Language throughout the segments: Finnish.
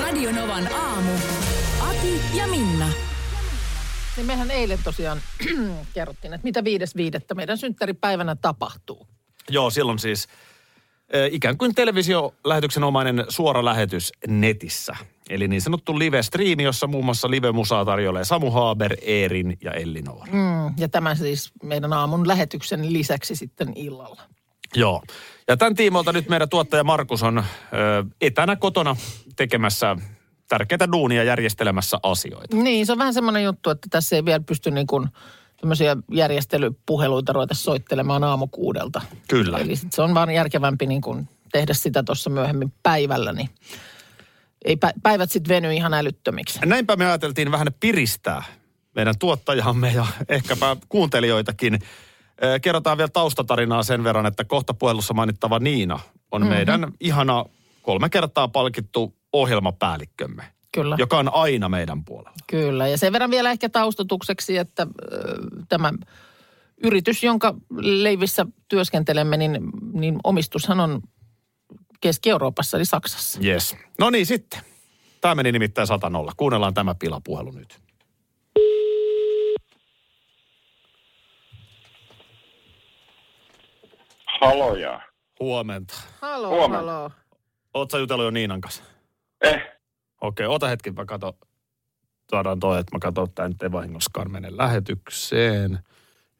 Radionovan aamu. Ati ja Minna. Niin mehän eilen tosiaan kerrottiin, että mitä viides viidettä meidän synttäripäivänä tapahtuu. Joo, silloin siis ö, ikään kuin televisiolähetyksen omainen suora lähetys netissä. Eli niin sanottu live-striimi, jossa muun muassa live-musaa tarjoilee Samu Haaber, Eerin ja Elli Noora. Mm. Mm, ja tämä siis meidän aamun lähetyksen lisäksi sitten illalla. Joo. Ja tämän tiimoilta nyt meidän tuottaja Markus on ö, etänä kotona tekemässä tärkeitä duunia järjestelemässä asioita. Niin, se on vähän semmoinen juttu, että tässä ei vielä pysty niin kuin tämmöisiä järjestelypuheluita ruveta soittelemaan aamukuudelta. Kyllä. Eli sit se on vaan järkevämpi niin kuin tehdä sitä tuossa myöhemmin päivällä, niin ei pä- päivät sitten veny ihan älyttömiksi. Näinpä me ajateltiin vähän piristää meidän tuottajamme ja ehkäpä kuuntelijoitakin. Ö, Kerrotaan vielä taustatarinaa sen verran, että kohta puhelussa mainittava Niina on mm-hmm. meidän ihana kolme kertaa palkittu ohjelmapäällikkömme, Kyllä. joka on aina meidän puolella. Kyllä, ja sen verran vielä ehkä taustatukseksi, että äh, tämä yritys, jonka leivissä työskentelemme, niin, niin omistushan on Keski-Euroopassa, eli Saksassa. Yes. No niin sitten. Tämä meni nimittäin satanolla. Kuunnellaan tämä pilapuhelu nyt. Haloja. Huomenta. Halo, Huomenna. halo. Oletko jutellut jo Niinan kanssa? Eh, Okei, ota hetki, mä kato. Saadaan toi, että mä katson, että tämä nyt ei vahingoskaan mene lähetykseen.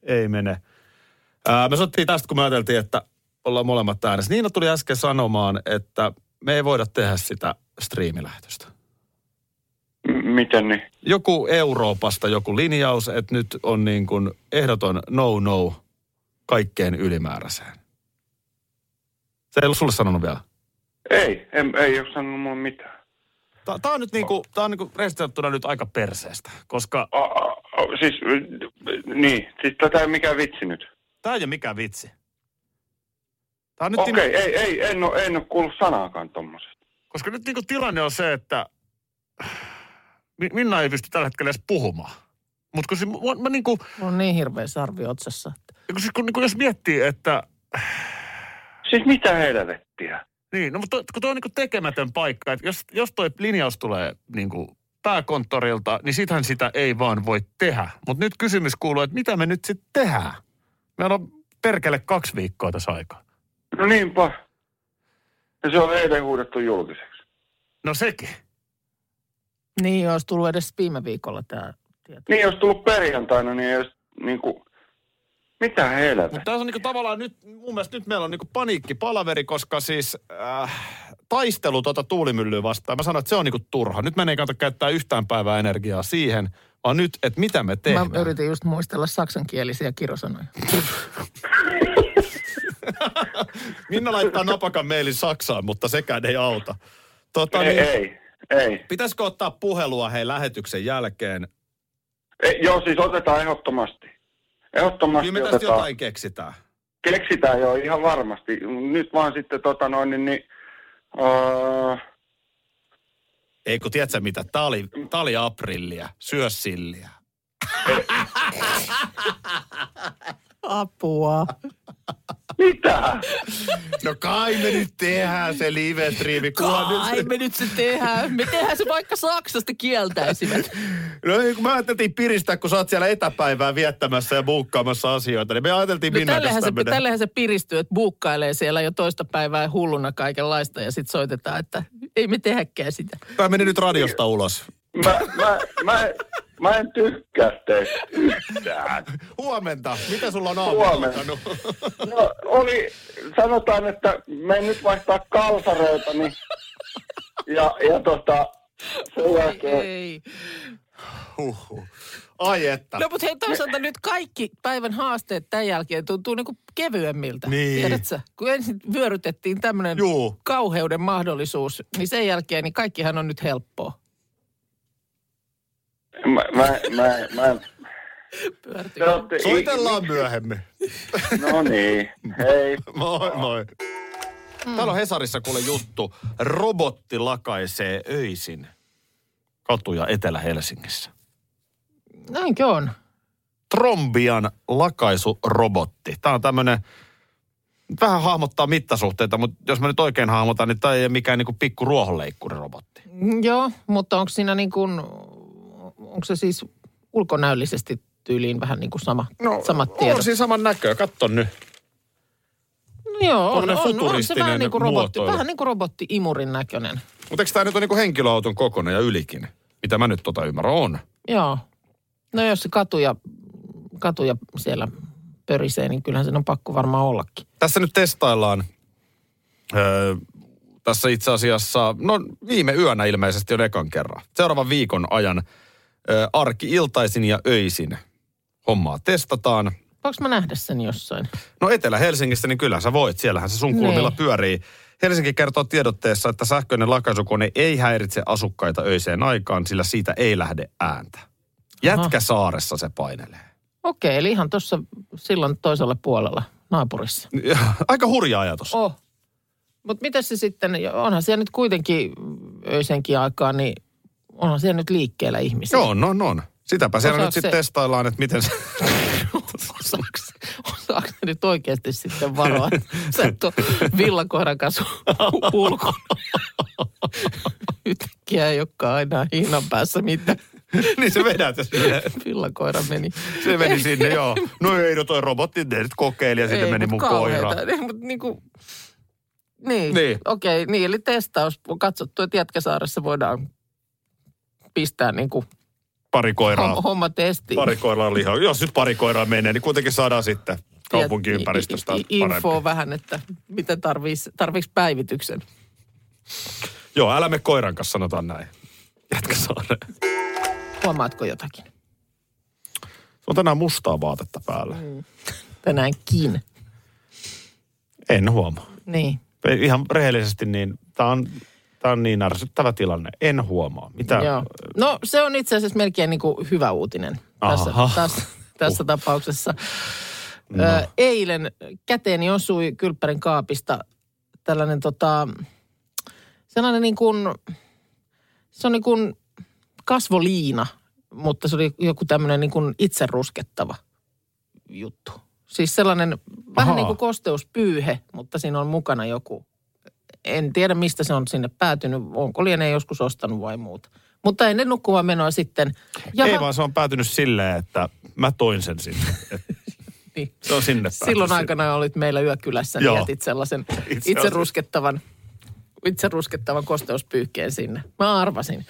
Ei mene. Ää, me sottiin tästä, kun me ajateltiin, että ollaan molemmat äänessä. Niina tuli äsken sanomaan, että me ei voida tehdä sitä striimilähetystä. m- miten niin? Joku Euroopasta joku linjaus, että nyt on niin kuin ehdoton no-no kaikkeen ylimääräiseen. Se ei ollut sulle sanonut vielä. Ei, en, ei ole sanonut mulle mitään. Tämä on nyt niinku, tää on niinku restittynä nyt aika perseestä, koska A, a, a, siis, mm, niin, siis tätä ei ole mikään vitsi nyt. Tämä ei ole mikään vitsi. Tämä on nyt niinku- Okei, okay. okay, ei, ei, en ole, en ole kuullut sanaakaan tommosesta. koska nyt niinku tilanne on se, että Mi- Minna ei pysty tällä hetkellä edes puhumaan. Mutta kun, si- mua- mä niinku, Mulla on niin hirveä sarvi otsassa. että- kun, siis kun niinku jos miettii, että Siis mitä helvettiä? niin, no, mutta kun toi on niinku tekemätön paikka, että jos, jos toi linjaus tulee niinku pääkonttorilta, niin sitähän sitä ei vaan voi tehdä. Mutta nyt kysymys kuuluu, että mitä me nyt sitten tehdään? Meillä on perkele kaksi viikkoa tässä aikaa. No niinpä. Ja se on eilen huudettu julkiseksi. No sekin. Niin, olisi tullut edes viime viikolla tämä tieto. Niin, jos tullut perjantaina, niin ei olisi niinku... Mitä helvettiä? Mutta tässä on niinku tavallaan nyt, mun mielestä nyt meillä on niinku paniikkipalaveri, koska siis äh, taistelu tuota tuulimyllyä vastaan, mä sanoin, että se on niinku turha. Nyt meidän ei kannata käyttää yhtään päivää energiaa siihen, vaan nyt, että mitä me tehdään. Mä yritin just muistella saksankielisiä kirosanoja. Minna laittaa napakan meilin Saksaan, mutta sekään ei auta. Tota, Ei, niin, ei, ei. Pitäisikö ottaa puhelua hei lähetyksen jälkeen? ei. Joo, siis otetaan ehdottomasti. Ehdottomasti Niin me tästä otetaan. jotain keksitään. Keksitään jo ihan varmasti. Nyt vaan sitten tota noin, niin, niin öö, Ei kun tiedätkö mitä, tää oli, tää oli aprillia, syö silliä. Apua. mitä? No kai me nyt tehdään se live-striimi. kunhan nyt- Ai me nyt se tehdään. Me tehdään se vaikka Saksasta kieltäisivät. No ei, kun me ajateltiin piristää, kun sä oot siellä etäpäivää viettämässä ja muukkaamassa asioita, niin me ajateltiin No Minna tällähän se, tämmönen- tällähän se piristyy, että buukkailee siellä jo toista päivää hulluna kaikenlaista ja sitten soitetaan, että ei me tehäkään sitä. Tää meni nyt radiosta ulos. Mä, mä, mä, mä en tykkää teistä yhtään. Huomenta. Mitä sulla on aamulla Huomenna. alkanut? No oli, sanotaan, että me nyt vaihtaa kalsareita, niin ja, ja tota, sen Ei, jälkeen, ei. Huhhuh. Ai että. No mutta hei, toisaalta nyt kaikki päivän haasteet tämän jälkeen tuntuu niinku kevyemmiltä. Niin. Tiedätkö? Kun ensin vyörytettiin tämmöinen Juu. kauheuden mahdollisuus, niin sen jälkeen niin kaikkihan on nyt helppoa. Mä, mä, mä, mä, Pyörtykö? te ootte- Soitellaan myöhemmin. No niin, hei. Moi moi. Hmm. Täällä on Hesarissa kuule juttu. Robotti lakaisee öisin katuja Etelä-Helsingissä. Näinkö on? Trombian lakaisurobotti. Tämä on tämmöinen, vähän hahmottaa mittasuhteita, mutta jos mä nyt oikein hahmotan, niin tämä ei ole mikään niinku pikku ruohonleikkurirobotti. Mm, Joo, mutta onko siinä niin kuin, onko se siis ulkonäöllisesti tyyliin vähän niin kuin sama, no, samat tiedot? On siinä saman näköä, katso nyt. No joo, on, Tuommoinen on, on se futuristinen vähän niin kuin robotti, muotoilu. vähän niin kuin robotti-imurin näköinen. Mutta eikö tämä nyt ole niinku henkilöauton kokoinen ja ylikin? Mitä mä nyt tota ymmärrän, on. Joo. No jos se katuja, katuja siellä pörisee, niin kyllähän sen on pakko varmaan ollakin. Tässä nyt testaillaan. Öö, tässä itse asiassa, no viime yönä ilmeisesti on ekan kerran. Seuraavan viikon ajan öö, arki-iltaisin ja öisin hommaa testataan. Voinko mä nähdä sen jossain? No Etelä-Helsingissä, niin kyllä sä voit. Siellähän se sun kulmilla Niin. pyörii. Helsinki kertoo tiedotteessa, että sähköinen lakaisukone ei häiritse asukkaita öiseen aikaan, sillä siitä ei lähde ääntä. Jätkäsaaressa se painelee. Okei, eli ihan tuossa silloin toisella puolella naapurissa. Aika hurja ajatus. Oh. Mutta miten se sitten, onhan siellä nyt kuitenkin öisenkin aikaa, niin onhan siellä nyt liikkeellä ihmisiä. Joo, no, no. Sitäpä siellä Osaako nyt sitten se- testaillaan, että miten se... Osaako, osaako se nyt oikeasti sitten varoa, että sä et ole villakoiran kanssa u- ulkona? Yhtäkkiä ei olekaan aina hiinan päässä mitään. niin se vedät ja sinne. Villakoira meni. Se meni sinne, joo. No ei, no toi robotti, ne nyt kokeili ja sinne Ei, meni mut mun kauheeta. koira. Ei, mut niinku, niin, Niin. niin. okei, niin eli testaus on katsottu, että Jätkäsaaressa voidaan pistää niinku Pari koiraa. homma, homma testiin. Pari koiraa lihaa. Jos nyt pari koiraa menee, niin kuitenkin saadaan sitten kaupunkiympäristöstä I- i- i- parempi. Infoa vähän, että mitä tarvitsisi päivityksen. Joo, älä me koiran kanssa, sanotaan näin. Jätkä saare. Huomaatko jotakin? Se on tänään mustaa vaatetta päällä. Mm. Tänäänkin. En huomaa. Niin. Ei, Ihan rehellisesti niin, tämä on, tää on niin ärsyttävä tilanne. En huomaa. Mitä? Joo. No se on itse asiassa melkein niin kuin hyvä uutinen tässä, Aha. tässä, tässä tapauksessa. Oh. No. Ö, eilen käteeni osui kylppärin kaapista tällainen tota, sellainen niin kuin, se on niin kuin kasvoliina, mutta se oli joku tämmöinen niin kuin itse ruskettava juttu. Siis sellainen Ahaa. vähän niin kuin kosteuspyyhe, mutta siinä on mukana joku. En tiedä, mistä se on sinne päätynyt. Onko lienee joskus ostanut vai muuta. Mutta ennen nukkuvaa menoa sitten. Ei vaan se on päätynyt silleen, että mä toin sen sinne. Et niin. Se on sinne päätynyt. Silloin aikana olit meillä yökylässä, niin Joo. jätit sellaisen Itse itse asiassa. ruskettavan, itse ruskettavan kosteuspyyhkeen sinne. Mä arvasin.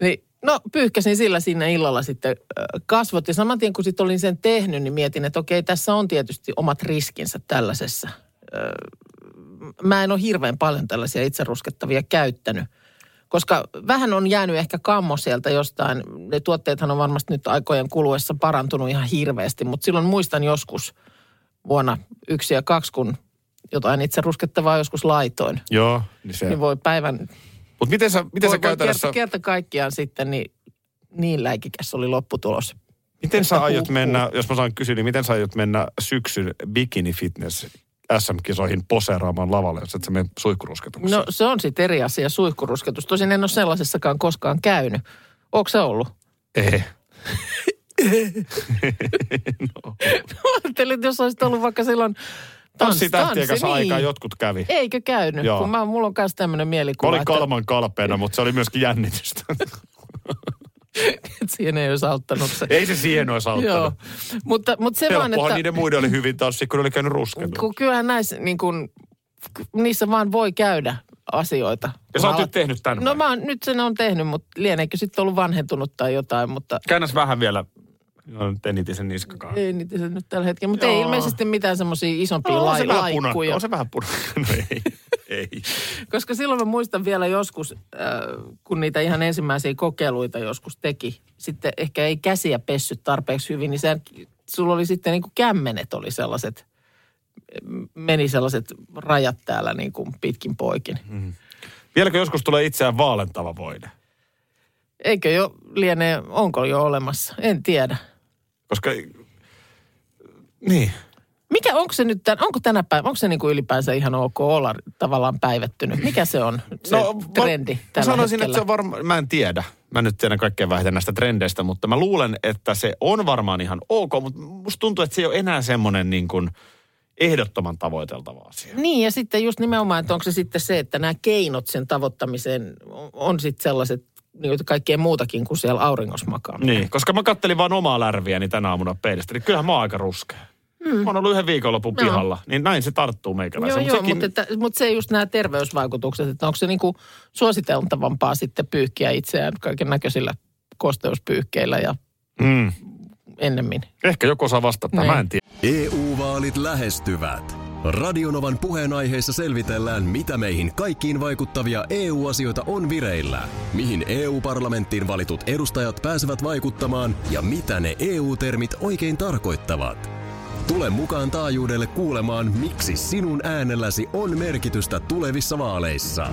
Niin, no pyyhkäsin sillä sinne illalla sitten ö, kasvot ja saman tien kun sitten olin sen tehnyt, niin mietin, että okei tässä on tietysti omat riskinsä tällaisessa. Ö, Mä en ole hirveän paljon tällaisia itse ruskettavia käyttänyt. Koska vähän on jäänyt ehkä kammo sieltä jostain. Ne tuotteethan on varmasti nyt aikojen kuluessa parantunut ihan hirveästi, mutta silloin muistan joskus vuonna yksi ja kaksi, kun jotain itse ruskettavaa joskus laitoin. Joo, niin se. Niin voi päivän Mutta miten sä, miten voi, voi sä kerta, käytännössä, kerta kaikkiaan sitten niin, niin läikikäs oli lopputulos. miten sä kerta aiot huuhkuu. mennä, jos mä saan kysyä, niin miten sä aiot mennä syksyn bikini fitness SM-kisoihin poseeraamaan lavalle, jos et sä mene suihkurusketukseen? No se on sitten eri asia, suihkurusketus. Tosin en ole sellaisessakaan koskaan käynyt. Onko se ollut? Ei. Mä ajattelin, että jos olisit ollut vaikka silloin tanssi, Tanssitähtiä tanssi, niin. aikaa niin. jotkut kävi. Eikö käynyt? Joo. Joo. Kun mä, mulla on myös tämmöinen Mä mielikuva, olin että, kalman kalpeena, mutta se oli myöskin jännitystä. että siihen ei olisi auttanut se. Ei se siihen olisi Joo, auttanut. mutta, mutta se vaan, Helppohan että... niiden muiden oli hyvin tanssi, kun ne oli käynyt ruskenut. Kun kyllähän näissä, niin kun, niissä vaan voi käydä asioita. Ja sä oot Mä nyt tehnyt tämän No vai? mä oon, nyt sen on tehnyt, mutta lieneekö sitten ollut vanhentunut tai jotain, mutta Käännäs vähän vielä. No nyt eniten sen niskakaan. ei niitä se nyt tällä hetkellä. Mutta Joo. ei ilmeisesti mitään semmoisia isompia No, no, on lai, se vähän punakka. laikkuja. On se vähän punakka. No ei. ei. Koska silloin mä muistan vielä joskus, äh, kun niitä ihan ensimmäisiä kokeiluita joskus teki, sitten ehkä ei käsiä pessy tarpeeksi hyvin, niin sehän, sulla oli sitten niin kuin kämmenet oli sellaiset, m- meni sellaiset rajat täällä niin kuin pitkin poikin. Mm. Vieläkö joskus tulee itseään vaalentava voide? Eikö jo liene, onko jo olemassa? En tiedä. Koska, niin. Mikä, onko se nyt, tän- onko tänä päivänä, onko se niin kuin ylipäänsä ihan ok olla tavallaan päivettynyt? Mikä se on se no, trendi mä, mä tällä sanoisin, hetkellä? että se on varmaan, mä en tiedä. Mä nyt tiedän kaikkein vähiten näistä trendeistä, mutta mä luulen, että se on varmaan ihan ok, mutta musta tuntuu, että se ei ole enää semmoinen niin kuin ehdottoman tavoiteltava asia. Niin ja sitten just nimenomaan, että onko se sitten se, että nämä keinot sen tavoittamiseen on, on sitten sellaiset, niin kaikkea muutakin kuin siellä auringossa makaaminen. Niin, koska mä kattelin vaan omaa lärviäni tänä aamuna peilistä, niin kyllähän mä oon aika ruskea. Mm. Mä oon ollut yhden viikonlopun No. pihalla, niin näin se tarttuu Joo, meikäläiseen. joo, sekin... mutta, että, mutta se just nämä terveysvaikutukset, että onko se niin kuin suositeltavampaa sitten pyyhkiä itseään kaiken näköisillä kosteuspyyhkeillä ja mm. ennemmin. Ehkä joku osaa vastata, Niin. mä en tiedä. EU-vaalit E lähestyvät. Radionovan puheenaiheessa selvitellään, mitä meihin kaikkiin vaikuttavia EU-asioita on vireillä, mihin EU-parlamenttiin valitut edustajat pääsevät vaikuttamaan ja mitä ne EU-termit oikein tarkoittavat. Tule mukaan taajuudelle kuulemaan, miksi sinun äänelläsi on merkitystä tulevissa vaaleissa.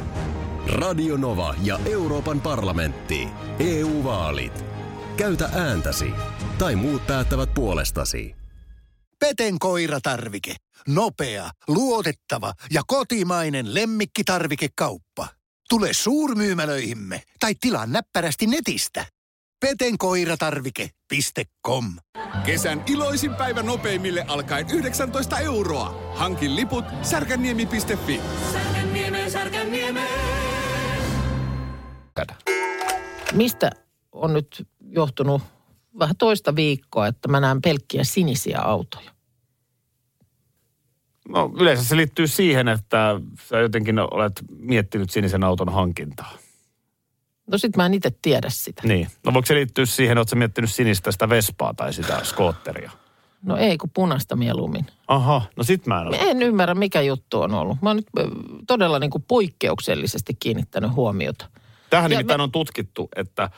Radio Nova ja Euroopan parlamentti. EU-vaalit. Käytä ääntäsi. Tai muut päättävät puolestasi. Peten koiratarvike. Nopea, luotettava ja kotimainen lemmikkitarvikekauppa. Tule suurmyymälöihimme tai tilaa näppärästi netistä. petenkoiratarvike.com Kesän iloisin päivä nopeimille alkaen 19 euroa. Hankin liput särkänniemi.fi. Mistä on nyt johtunut vähän toista viikkoa, että mä näen pelkkiä sinisiä autoja? No yleensä se liittyy siihen, että sä jotenkin olet miettinyt sinisen auton hankintaa. No sit mä en itse tiedä sitä. Niin. No voiko se liittyä siihen, että sä miettinyt sinistä sitä Vespaa tai sitä skootteria? No ei, kun punaista mieluummin. Aha, no sit mä en Mä ole. en ymmärrä, mikä juttu on ollut. Mä oon nyt ö, todella niin kuin poikkeuksellisesti kiinnittänyt huomiota. Tähän Ja nimittäin on tutkittu, että,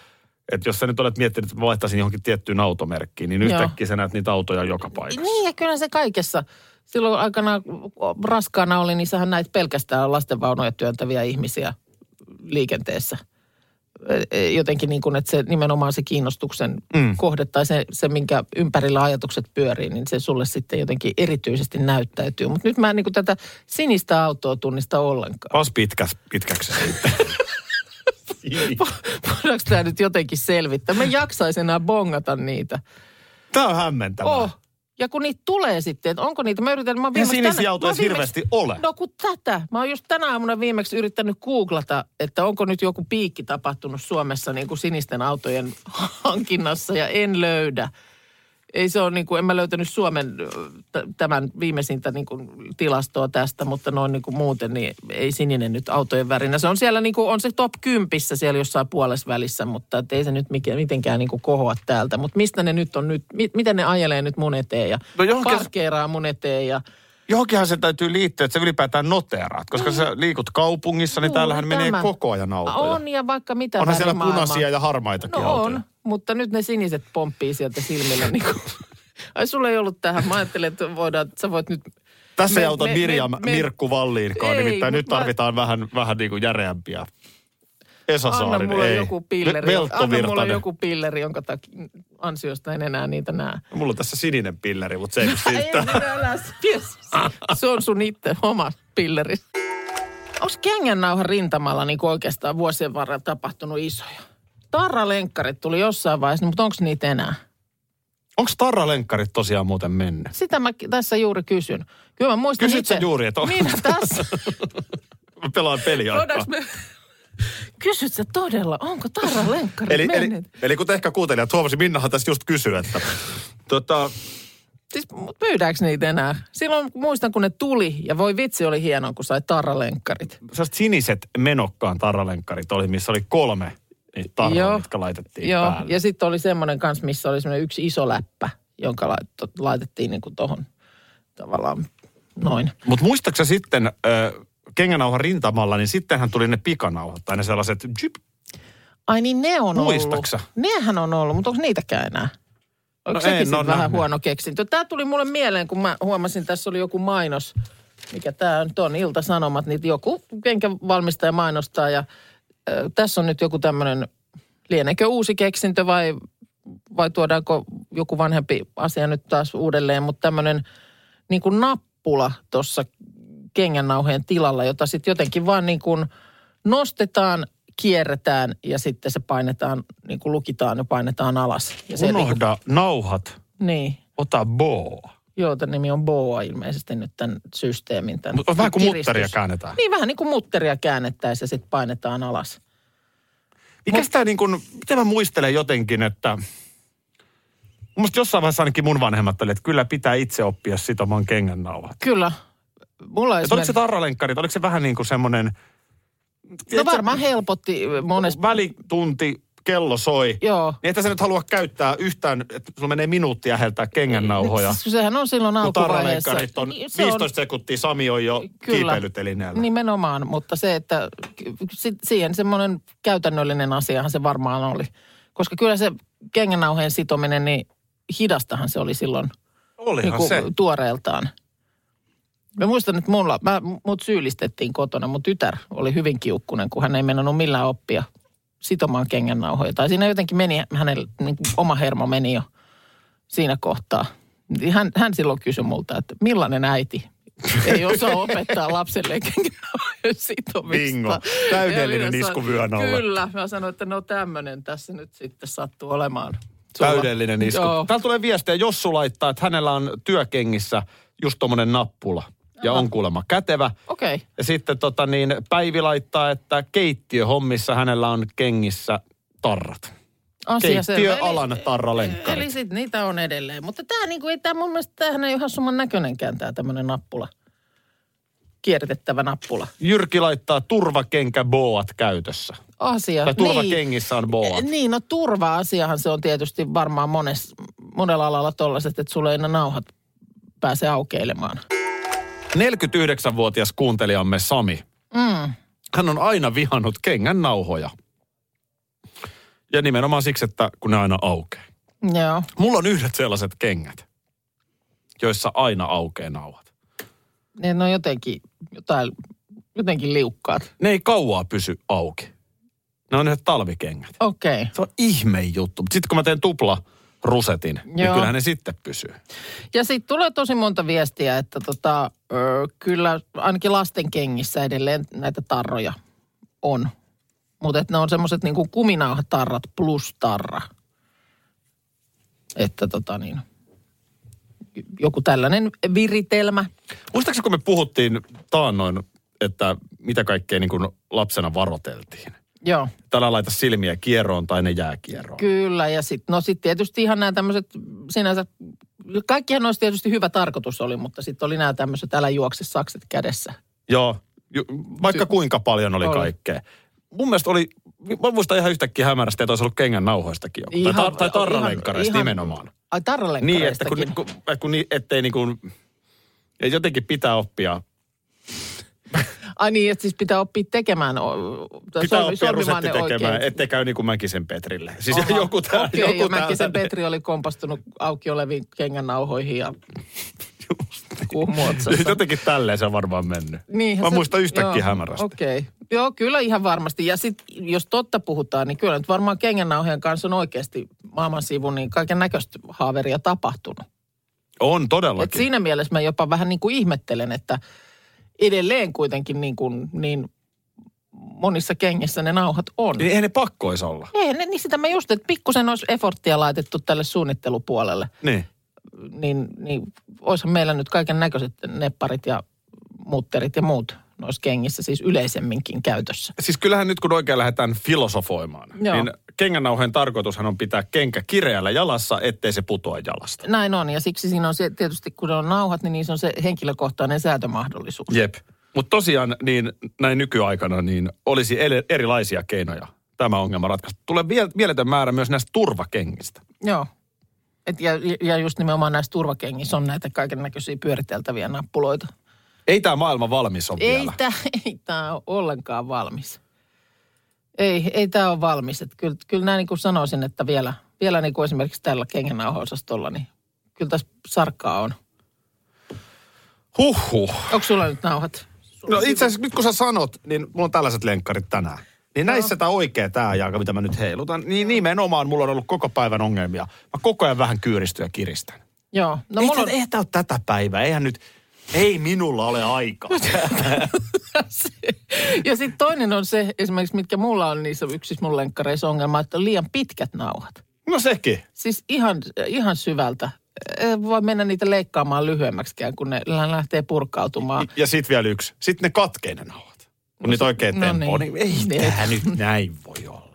että jos sä nyt olet miettinyt, että mä vaihtaisin johonkin tiettyyn automerkkiin, niin Joo. yhtäkkiä sä näet niitä autoja joka paikassa. Niin, ja kyllä se kaikessa. Silloin aikana kun raskaana oli, niin sähän näit pelkästään lastenvaunuja työntäviä ihmisiä liikenteessä. E- e- Jotenkin niin kuin, että se nimenomaan se kiinnostuksen mm. kohde tai se, se, minkä ympärillä ajatukset pyörii, niin se sulle sitten jotenkin erityisesti näyttäytyy. Mutta nyt mä en niin kuin tätä sinistä autoa tunnista ollenkaan. Pas pitkä, pitkäksi sitten. Voidaanko tämä nyt jotenkin selvittää? Mä en jaksaisi enää bongata niitä. Tämä on hämmentävää. Oh. Ja kun niitä tulee sitten, että onko niitä, mä yritän, mä oon Ja viimeksi tänä- sinisiä mä autoja oon viimeksi- hirveästi ole. No kun tätä. Mä oon just tänä aamuna viimeksi yrittänyt googlata, että onko nyt joku piikki tapahtunut Suomessa niin kuin sinisten autojen hankinnassa ja en löydä. Ei se ole niin kuin, en mä löytänyt Suomen ö, t- tämän viimeisintä niin kuin tilastoa tästä, mutta noin niin kuin muuten, niin ei sininen nyt autojen värinä. Se on siellä niin kuin, on se top 10 siellä jossain puolessa välissä, mutta et ei se nyt mikä- mitenkään niin kuin kohoa täältä. Mutta mistä ne nyt on nyt, mi- miten ne ajelee nyt mun eteen ja No johonkin- parkeeraa mun eteen ja Johonkinhan se täytyy liittyä, että sä ylipäätään noteeraat, koska sä liikut kaupungissa, niin Juuri täällähän menee tämä. koko ajan autoja. On ja vaikka mitä Onhan siellä värimaailmaa. punaisia ja harmaitakin No autoja. on, mutta nyt ne siniset pomppii sieltä silmillä. Niin kuin. Ai sulla ei ollut tähän. Mä ajattelin, että voidaan, että sä voit nyt... Tässä Me- ei auta me- Mirjam me- me- Mirkku Valliinkaan, Ei, nimittäin mut nyt mä- tarvitaan vähän, vähän niin kuin järeämpiä. Esa Anna Saarinen, mulle ei. joku pilleri. Ve- Anna mulle Velttovirtanen. joku pilleri, jonka takia ansiosta en enää niitä näe. Mulla on tässä sininen pilleri, mutta se ei nyt Ei, siitä. älä, älä, yes. Se on sun itse oma pilleri. Onko kengännauhan rintamalla niin oikeastaan vuosien varrella tapahtunut isoja? Tarralenkkarit tuli jossain vaiheessa, mutta onko niitä enää? Onko tarralenkkarit tosiaan muuten mennyt? Sitä mä tässä juuri kysyn. Kyllä mä muistan Kysyt sä itse- juuri, että on- Minä tässä. Mä pelaan peliaikaa. Voidaanko me... Kysyt sä todella, onko Tarra Lenkkarit Eli, eli, menneet? eli kuten ehkä kuuntelijat huomasi, Minnahan tässä just kysyy, että tota, Siis mut myydäänkö niitä enää? Silloin muistan, kun ne tuli ja voi vitsi oli hienoa, kun sai Tarra Lenkkarit. sellaiset siniset menokkaan tarralenkkarit oli, missä oli kolme niitä tarraa, Joo. mitkä laitettiin Joo, päälle. ja sitten oli semmoinen kanssa, missä oli semmoinen yksi iso läppä, jonka laitto, laitettiin niin kuin tohon niinku tavallaan noin. Mutta muistaaksä sitten, ö, kengänauhan rintamalla, niin sittenhän tuli ne pikanauhat tai ne sellaiset jyp, Ai niin ne on Muistatko sä? ollut. Nehän on ollut, mutta onko niitäkään enää? Onko No sekin en sitten ole vähän nähnyt. huono keksintö? Tämä tuli mulle mieleen, kun mä huomasin, tässä oli joku mainos, mikä tämä nyt on, Ilta-Sanomat, niin joku kenkävalmistaja mainostaa ja ö, tässä on nyt joku tämmöinen, lieneekö uusi keksintö vai, vai tuodaanko joku vanhempi asia nyt taas uudelleen, mutta tämmöinen niin kuin nappula tuossa kengännauheen tilalla, jota sitten jotenkin vaan niin kuin nostetaan, kierretään ja sitten se painetaan, niin kuin lukitaan ja painetaan alas. Ja se Niin, unohda nauhat, kuin- niin, ota boo. joo, tämän nimi on Boa ilmeisesti nyt tämän systeemin. Tämän Mut on vähän kuin kiristys- mutteria käännetään. Niin, vähän niin kuin mutteria käännettäisiin ja sitten painetaan alas. Mikäs tää niin kuin, miten mä muistelen jotenkin, että... Mun mielestä jossain vaiheessa ainakin mun vanhemmat oli, että kyllä pitää itse oppia sitomaan kengännauhat. Kyllä. Mulla Että oliko esimerkiksi... se tarralenkkarit, oliko se vähän niin kuin semmoinen... No varmaan helpotti monessa... Välitunti, kello soi. Joo. Niin että sä nyt halua käyttää yhtään, että sulla menee minuutti äheltää kengännauhoja. Siis Sehän on silloin Kun alkuvaiheessa. tarralenkkarit on Niin, se Niin. 15 sekuntia, Sami on jo kiipeilytelineellä. Nimenomaan, mutta se, että si- siihen semmoinen käytännöllinen asiahan se varmaan oli. Koska kyllä se kengännauheen sitominen, niin hidastahan se oli silloin niin Olihan kuin se. tuoreeltaan. Mä muistan, että mulla, mä, mut syyllistettiin kotona, mun tytär oli hyvin kiukkunen, kun hän ei mennä millään oppia sitomaan kengännauhoja. Tai siinä jotenkin meni, hänellä niin kuin oma hermo meni jo siinä kohtaa. Niin Hän, hän silloin kysyi multa, että millainen äiti ei osaa opettaa lapselle kengännauhojen sitomista. Bingo. Täydellinen Ja minä sanoin, isku vyön alle. Kyllä. Mä sanoin, että no tämmöinen tässä nyt sitten sattuu olemaan. sulla. Täydellinen isku. Joo. Täällä tulee viestejä, jos su laittaa, että hänellä on työkengissä just tommonen nappula. Ja on kuulemma kätevä. Okei. Okay. Ja sitten tota niin, Päivi laittaa, että keittiöhommissa hänellä on kengissä tarrat. asia selvä. Keittiöalan Eli- tarralenkkarit. Eli sit niitä on edelleen. Mutta tämä niinku, ei tää mun mielestä, tämähän ei ole ihan summan näköinenkään tämä tämmöinen nappula. Kiertettävä nappula. Jyrki laittaa turvakenkä boat käytössä. Asia. Tai niin, turvakengissä on boat. niin, no turva-asiahan se on tietysti varmaan mones, monella alalla tollaiset, että sulle ei ne nauhat pääse aukeilemaan. 49-vuotias kuuntelijamme Sami. Mm. Hän on aina vihannut kengän nauhoja. Ja nimenomaan siksi, että kun ne aina aukeaa. Joo. Mulla on yhdet sellaiset kengät, joissa aina aukeaa nauhat. Ne on Niin, no jotenkin, jotain, jotenkin liukkaat. Ne ei kauaa pysy auki. Ne on yhdet talvikengät. Okei. Okay. Se on ihme juttu. Sitten kun mä teen tupla rusetin, niin Joo. kyllähän ne sitten pysyy. Ja sitten tulee tosi monta viestiä, että tota, ö, kyllä ainakin lasten kengissä edelleen näitä tarroja on. Mutta ne on semmoiset niinku kuminauhatarrat plus tarra. Että tota niin, joku tällainen viritelmä. Muistaakseni kun me puhuttiin taannoin, että mitä kaikkea niin kuin lapsena varoteltiin. Joo, Tällä laita silmiä kieroon tai ne jää kieroon. kyllä. Ja sitten no sit tietysti ihan nämä tämmöiset sinänsä, kaikkihan olisi tietysti hyvä tarkoitus oli, mutta sitten oli nämä tämmöiset älä juokse sakset kädessä. Joo, ju- vaikka kuinka paljon oli, Oli. kaikkea. Mun mielestä oli, mä muistan ihan yhtäkkiä hämärästi, että olisi ollut kengän nauhoistakin joku. Ihan, tai, Ihan- tar- tai tarralenkkareista ihan- Ai nimenomaan. Niin, että tarralenkkareistakin. kun, kun, että kun ni- ettei niin kuin, ja jotenkin pitää oppia. Ai niin, että siis pitää oppia tekemään, o- tai Pitää sol- oppia solmimaan rusetti ne tekemään, oikein. ettei käy niin kuin Mäkisen Petrille. Siis Aha. joku tää, Okei, joku ja tää- Mäkisen Petri oli kompastunut auki oleviin kengännauhoihin ja kuhmuotsassa. Jotenkin tälleen se on varmaan mennyt. Niinhän niin. Mä se- muistan yhtäkkiä joo, hämärästi. Okei. Okay. Joo, kyllä ihan varmasti. Ja sitten jos totta puhutaan, niin kyllä nyt varmaan kengännauhojen kanssa on oikeasti maailman sivun niin kaiken näköistä haaveria tapahtunut. On Et todellakin. siinä mielessä mä jopa vähän niin kuin ihmettelen, että edelleen kuitenkin niin, kuin, niin monissa kengissä ne nauhat on. Niin eihän ne pakkois olla. Ei, ne, niin sitä mä just, että pikkusen olisi efforttia laitettu tälle suunnittelupuolelle, Niin. niin, niin olisihan meillä nyt kaiken näköiset nepparit ja mutterit ja muut noissa kengissä, siis yleisemminkin käytössä. Siis kyllähän nyt kun oikein lähdetään filosofoimaan, Joo. niin kengännauhojen tarkoitushan on pitää kenkä kireällä jalassa, ettei se putoa jalasta. Näin on, ja siksi siinä on se, tietysti kun ne on nauhat, niin niissä on se henkilökohtainen säätömahdollisuus. Jep. Mutta tosiaan niin näin nykyaikana niin olisi ele- erilaisia keinoja tämä ongelma ratkaista. Tulee viel- mieletön määrä myös näistä turvakengistä. Joo. Et ja, ja just nimenomaan näissä turvakengissä on näitä kaiken näköisiä pyöriteltäviä nappuloita. Ei tämä maailma valmis ole Ei vielä. tämä ei tää ole ollenkaan valmis. Ei, ei tämä ole valmis. Et kyllä, kyllä näin niin kuin sanoisin, että vielä, vielä niin kuin esimerkiksi tällä kengännauhaosastolla, niin kyllä tässä sarkkaa on. Huhhuh. Onko sulla nyt nauhat? No itse asiassa nyt kun sä sanot, niin mulla on tällaiset lenkkarit tänään. Niin näissä tämä oikea tämä jaaka, mitä mä nyt heilutan, niin nimenomaan mulla on ollut koko päivän ongelmia. Mä koko ajan vähän kyyristyn ja kiristän. Joo. No No, mulla eihän, on, eihän tää ole tätä päivää, eihän nyt, ei minulla ole aikaa. ja sitten toinen on se, esimerkiksi mitkä mulla on niissä yksissä mun lenkkareissa ongelma, että on liian pitkät nauhat. no sekin. Siis ihan, ihan syvältä. Ei voi mennä niitä leikkaamaan lyhyemmäksikään, kun ne lähtee purkautumaan. Ja sit vielä yksi. Sitten ne katkeinen nauhat. Kun niitä oikein no tempoa, niin. niin. ei Niin. tää nyt näin voi olla.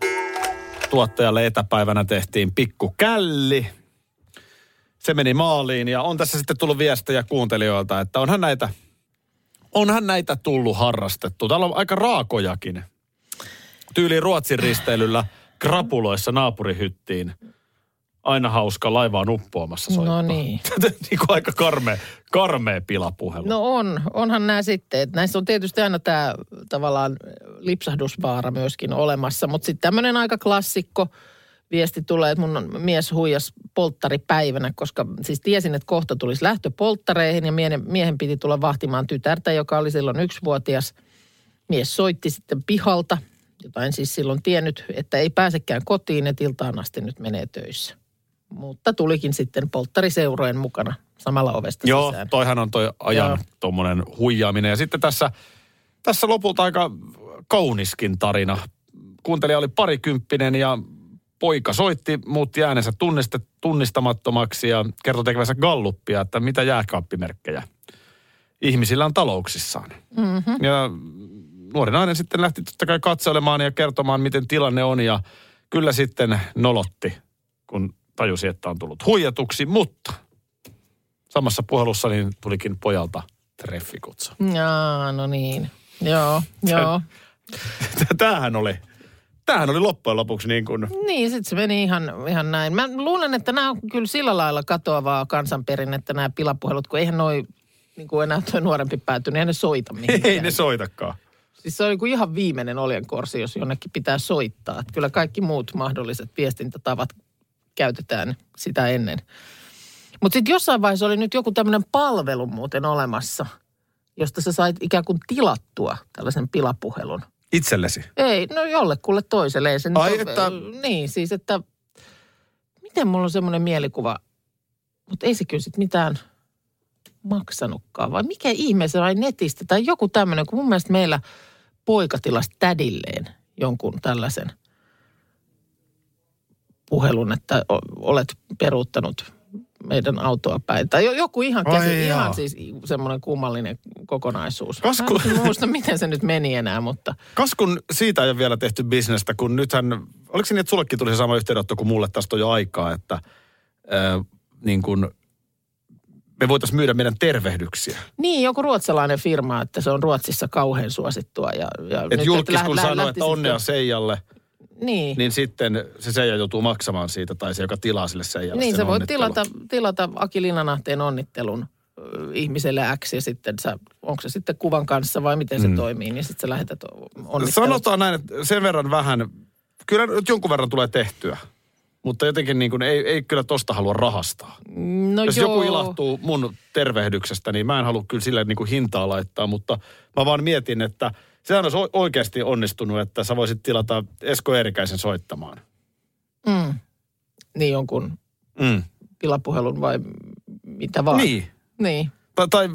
Tuottajalle etäpäivänä tehtiin pikku källi. Se meni maaliin ja on tässä sitten tullut viestejä kuuntelijoilta, että onhan näitä, onhan näitä tullut harrastettu. Täällä on aika raakojakin. Tyyli Ruotsin risteilyllä krapuloissa naapurihyttiin. Aina hauska laivaan uppoamassa soittaa. No niin. niin kuin aika karmea, karmea pilapuhelu. No on, onhan nämä sitten. Että näissä on tietysti aina tämä tavallaan lipsahdusvaara myöskin olemassa. Mutta sitten tämmöinen aika klassikko viesti tulee, että mun mies huijas polttaripäivänä, koska siis tiesin, että kohta tulisi lähtö polttareihin ja miehen, miehen piti tulla vahtimaan tytärtä, joka oli silloin yksivuotias. Mies soitti sitten pihalta, jota en siis silloin tiennyt, että ei pääsekään kotiin, että iltaan asti nyt menee töissä. Mutta tulikin sitten polttariseurojen mukana samalla ovesta Joo, sisään. toihan on toi Joo. ajan tuommoinen huijaaminen. Ja sitten tässä, tässä lopulta aika kauniskin tarina. Kuuntelija oli parikymppinen ja poika soitti, muutti äänensä tunniste, tunnistamattomaksi ja kertoi tekevänsä galluppia, että mitä jääkaappimerkkejä ihmisillä on talouksissaan. Mhm. Mm-hmm. Ja nuori nainen sitten lähti totta kai katselemaan ja kertomaan, miten tilanne on ja kyllä sitten nolotti, kun tajusi, että on tullut huijatuksi, mutta samassa puhelussa niin tulikin pojalta treffikutsu. Jaa, no niin. Joo, joo. Tämähän oli, tämähän oli loppujen lopuksi niin kuin, Niin, sitten se meni ihan, ihan näin. Mä luulen, että nämä on kyllä sillä lailla katoavaa kansanperinnettä nämä pilapuhelut, kun eihän noi niin kuin enää tuo nuorempi päätynyt, eihän ne soita mihinkään. ei ne soitakaan. Siis se on niin kuin ihan viimeinen oljenkorsi, jos jonnekin pitää soittaa. Että kyllä kaikki muut mahdolliset viestintätavat käytetään sitä ennen. Mutta sitten jossain vaiheessa oli nyt joku tämmöinen palvelu muuten olemassa, josta sä sait ikään kuin tilattua tällaisen pilapuhelun. Itsellesi. Ei, no jollekulle toiselle. Ei se nyt Ai, ole- että- Niin, siis että miten mulla on semmoinen mielikuva, mutta ei se kyllä sit mitään maksanutkaan. Vai mikä ihme se vai netistä tai joku tämmöinen, kun mun mielestä meillä poika tilasi tädilleen jonkun tällaisen puhelun, että o- olet peruuttanut meidän autoa päin. Tai jo- joku ihan, Ai käsi, ihan jaa. siis semmoinen kummallinen kokonaisuus. Kas kun- Mä en muista, miten se nyt meni enää, mutta... Kas kun siitä ei ole vielä tehty bisnestä, kun nythän, oliko se niin, että sullekin tuli se sama yhteydenotto kuin mulle tästä on jo aikaa, että ö, niin kuin, me voitaisiin myydä meidän tervehdyksiä. Niin, joku ruotsalainen firma, että se on Ruotsissa kauhean suosittua. Ja, ja nyt, Että julkis lähe- kun lähe- sanoo, lähtisit- että onnea Seijalle, Niin, niin, niin sitten se Seija joutuu maksamaan siitä, tai se, joka tilaa sille Seijalle niin sen sä voit onnittelun. tilata, tilata Aki Linnanahteen onnittelun ö, ihmiselle X ja sitten sä, onko se sitten kuvan kanssa vai miten se toimii, niin sitten sä lähetät o- onnittelut. Mm. Sanotaan näin, että sen verran vähän, kyllä nyt jonkun verran tulee tehtyä, mutta jotenkin niin kuin ei, ei kyllä tosta halua rahastaa. no Jos joo. joku ilahtuu mun tervehdyksestä, niin mä en halua kyllä sille niin kuin hintaa laittaa, mutta mä vaan mietin, että sehän olisi o- oikeasti onnistunut, että sä voisit tilata Esko Eerikäisen soittamaan. Mm. Niin jonkun Mm. pilapuhelun vai mitä vaan. Niin. Niin, Tai, tai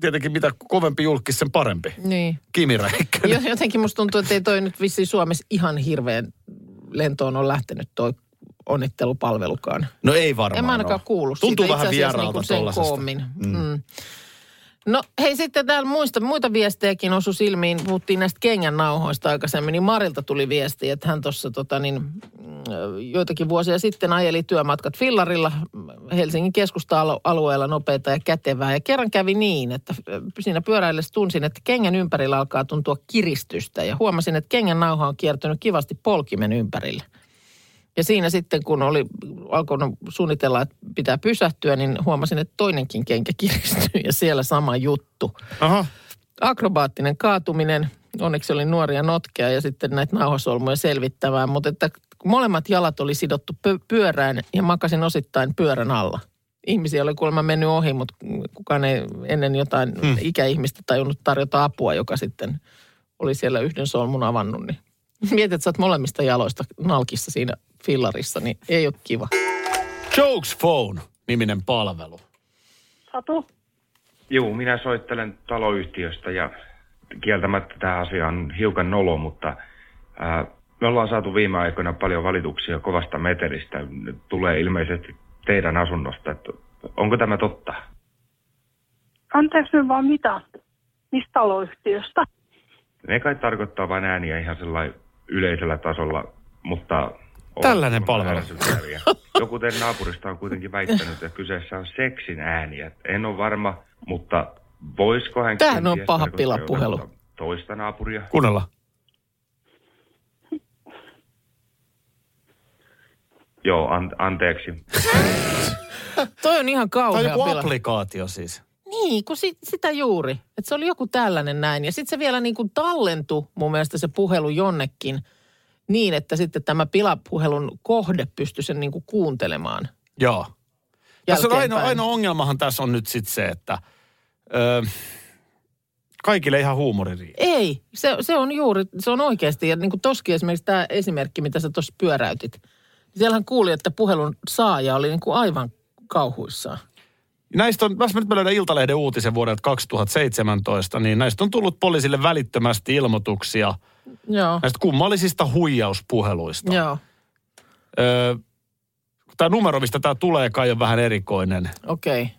tietenkin mitä kovempi julkis, sen parempi. niin. Kimi Räikkönen. Jo- Jotenkin musta tuntuu, että ei toi nyt vissiin Suomessa ihan hirveän lentoon on lähtenyt toi onnittelupalvelukaan. No ei varmaan En mä ainakaan ole. kuullut Tuntuu siitä. vähän Itse asiassa vieraalta niin sen tollasesta. koommin. Mm. Mm. No hei sitten täällä muista, muita viestejäkin osui silmiin. Puhuttiin näistä kengän nauhoista aikaisemmin, niin Marilta tuli viesti, että hän tuossa tota, niin, mm, joitakin vuosia sitten ajeli työmatkat Fillarilla mm, Helsingin keskusta-alueella nopeita ja kätevää. Ja kerran kävi niin, että ö, siinä pyöräillessä tunsin, että kengän ympärillä alkaa tuntua kiristystä. Ja huomasin, että kengän nauha on kiertynyt kivasti polkimen ympärille. Ja siinä sitten, kun oli alkanut suunnitella, että pitää pysähtyä, niin huomasin, että toinenkin kenkä kiristyy ja siellä sama juttu. Aha. Akrobaattinen kaatuminen, onneksi oli nuoria notkea ja sitten näitä nauhasolmuja selvittävää, mutta että molemmat jalat oli sidottu pö- pyörään ja makasin osittain pyörän alla. Ihmisiä oli kuulemma mennyt ohi, mutta kukaan ei ennen jotain hmm. ikäihmistä tajunnut tarjota apua, joka sitten oli siellä yhden solmun avannut. Niin. Mietit, että sä oot molemmista jaloista nalkissa siinä fillarissa, niin ei ole kiva. Jokes Phone niminen palvelu. Satu? Juu, minä soittelen taloyhtiöstä ja kieltämättä tämä asia on hiukan nolo, mutta ää, me ollaan saatu viime aikoina paljon valituksia kovasta metelistä. Nyt Tulee ilmeisesti teidän asunnosta. Että onko tämä totta? Anteeksi nyt vaan mitä? Mistä taloyhtiöstä? Ne kai tarkoittaa vain ääniä ihan sellainen yleisellä tasolla, mutta... Tällainen palvelu. ärsyttäviä. Joku teidän naapurista on kuitenkin väittänyt, että kyseessä on seksin ääniä. En ole varma, mutta voisiko hän... Tämähän kenties on paha tarkoittaa pilapuhelu. jotain Toista naapuria. Kuunnella. Joo, an- anteeksi. Toi on ihan Tämä on kauhea joku pila. applikaatio siis. Niin, kun sit, sitä juuri. Että se oli joku tällainen näin. Ja sitten se vielä niin kuin tallentui mun mielestä se puhelu jonnekin niin, että sitten tämä pilapuhelun kohde pystyi sen niin kuin kuuntelemaan. Joo. Tässä on ainoa, jälkeenpäin. ainoa ongelmahan tässä on nyt sitten se, että ö, kaikille ihan huumori riitä. Ei, se, se on juuri, se on oikeasti. Ja niin kuin toski esimerkiksi tämä esimerkki, mitä sä tuossa pyöräytit. Siellähän kuuli, että puhelun saaja oli niin kuin aivan kauhuissaan. Näistä on, jos mä nyt mä löydän Iltalehden uutisen vuodelta 2017, niin näistä on tullut poliisille välittömästi ilmoituksia Joo, näistä kummallisista huijauspuheluista. joo, Öö, tämä numero, mistä tämä tulee, kai on vähän erikoinen. okei. Okay.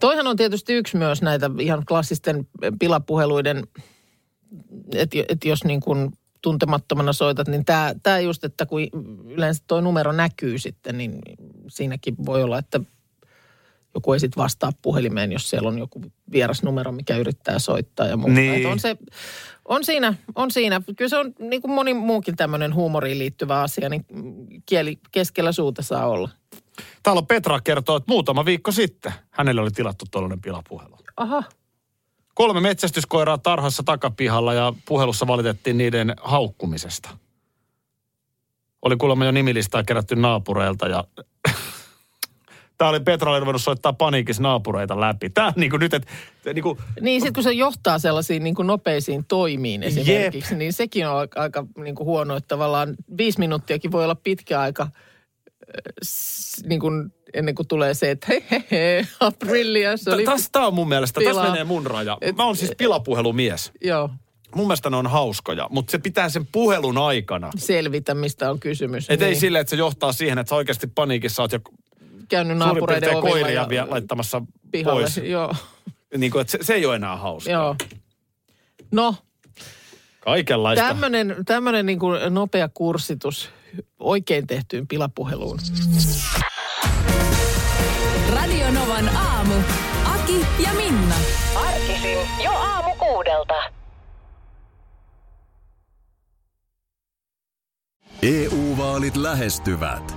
Toihan on tietysti yksi myös näitä ihan klassisten pilapuheluiden, että et jos niin kuin tuntemattomana soitat, niin tämä tää just, että kun yleensä tuo numero näkyy sitten, niin siinäkin voi olla, että joku ei sitten vastaa puhelimeen, jos siellä on joku vieras numero, mikä yrittää soittaa ja muuta. Niin. Et On, se, on siinä, on siinä. Kyllä se on niin kuin moni muukin tämmöinen huumoriin liittyvä asia, niin kieli keskellä suuta saa olla. Täällä on Petra kertoo, että muutama viikko sitten hänelle oli tilattu tuollainen pilapuhelu. Aha. Kolme metsästyskoiraa tarhassa takapihalla ja puhelussa valitettiin niiden haukkumisesta. Oli kuulemma jo nimilistaa kerätty naapureilta ja... Tämä oli Petra oli ruvennut soittaa paniikissa naapureita läpi. Tämä niin kuin nyt, että niin kuin, Niin sitten kun se johtaa sellaisiin niin kuin nopeisiin toimiin esimerkiksi, Jep. niin sekin on aika, aika niin kuin huono, että tavallaan viisi minuuttiakin voi olla pitkä aika äh, s- niin kuin ennen kuin tulee se, että hei, hei, hei, aprillia, se oli, tämä on mun mielestä, tässä Pilaa. menee mun raja. Et- e- Mä oon siis pilapuhelumies. joo, Mun mielestä ne on hauskoja, mutta se pitää sen puhelun aikana. selvitä, mistä on kysymys. Et ei Niin, sille, että se johtaa siihen, että sä oikeasti paniikissa oot ja käynyt suurin naapureiden piirtein ovilla koiria ja vielä laittamassa pihalle. pois. Joo, Niin kuin, että se, se ei ole enää hauska. joo. No, Kaikenlaista. tämmöinen, tämmöinen niin kuin nopea kurssitus oikein tehtyyn pilapuheluun. Radio Novan aamu. Aki ja Minna. Arkisin jo aamu kuudelta. EU-vaalit E lähestyvät.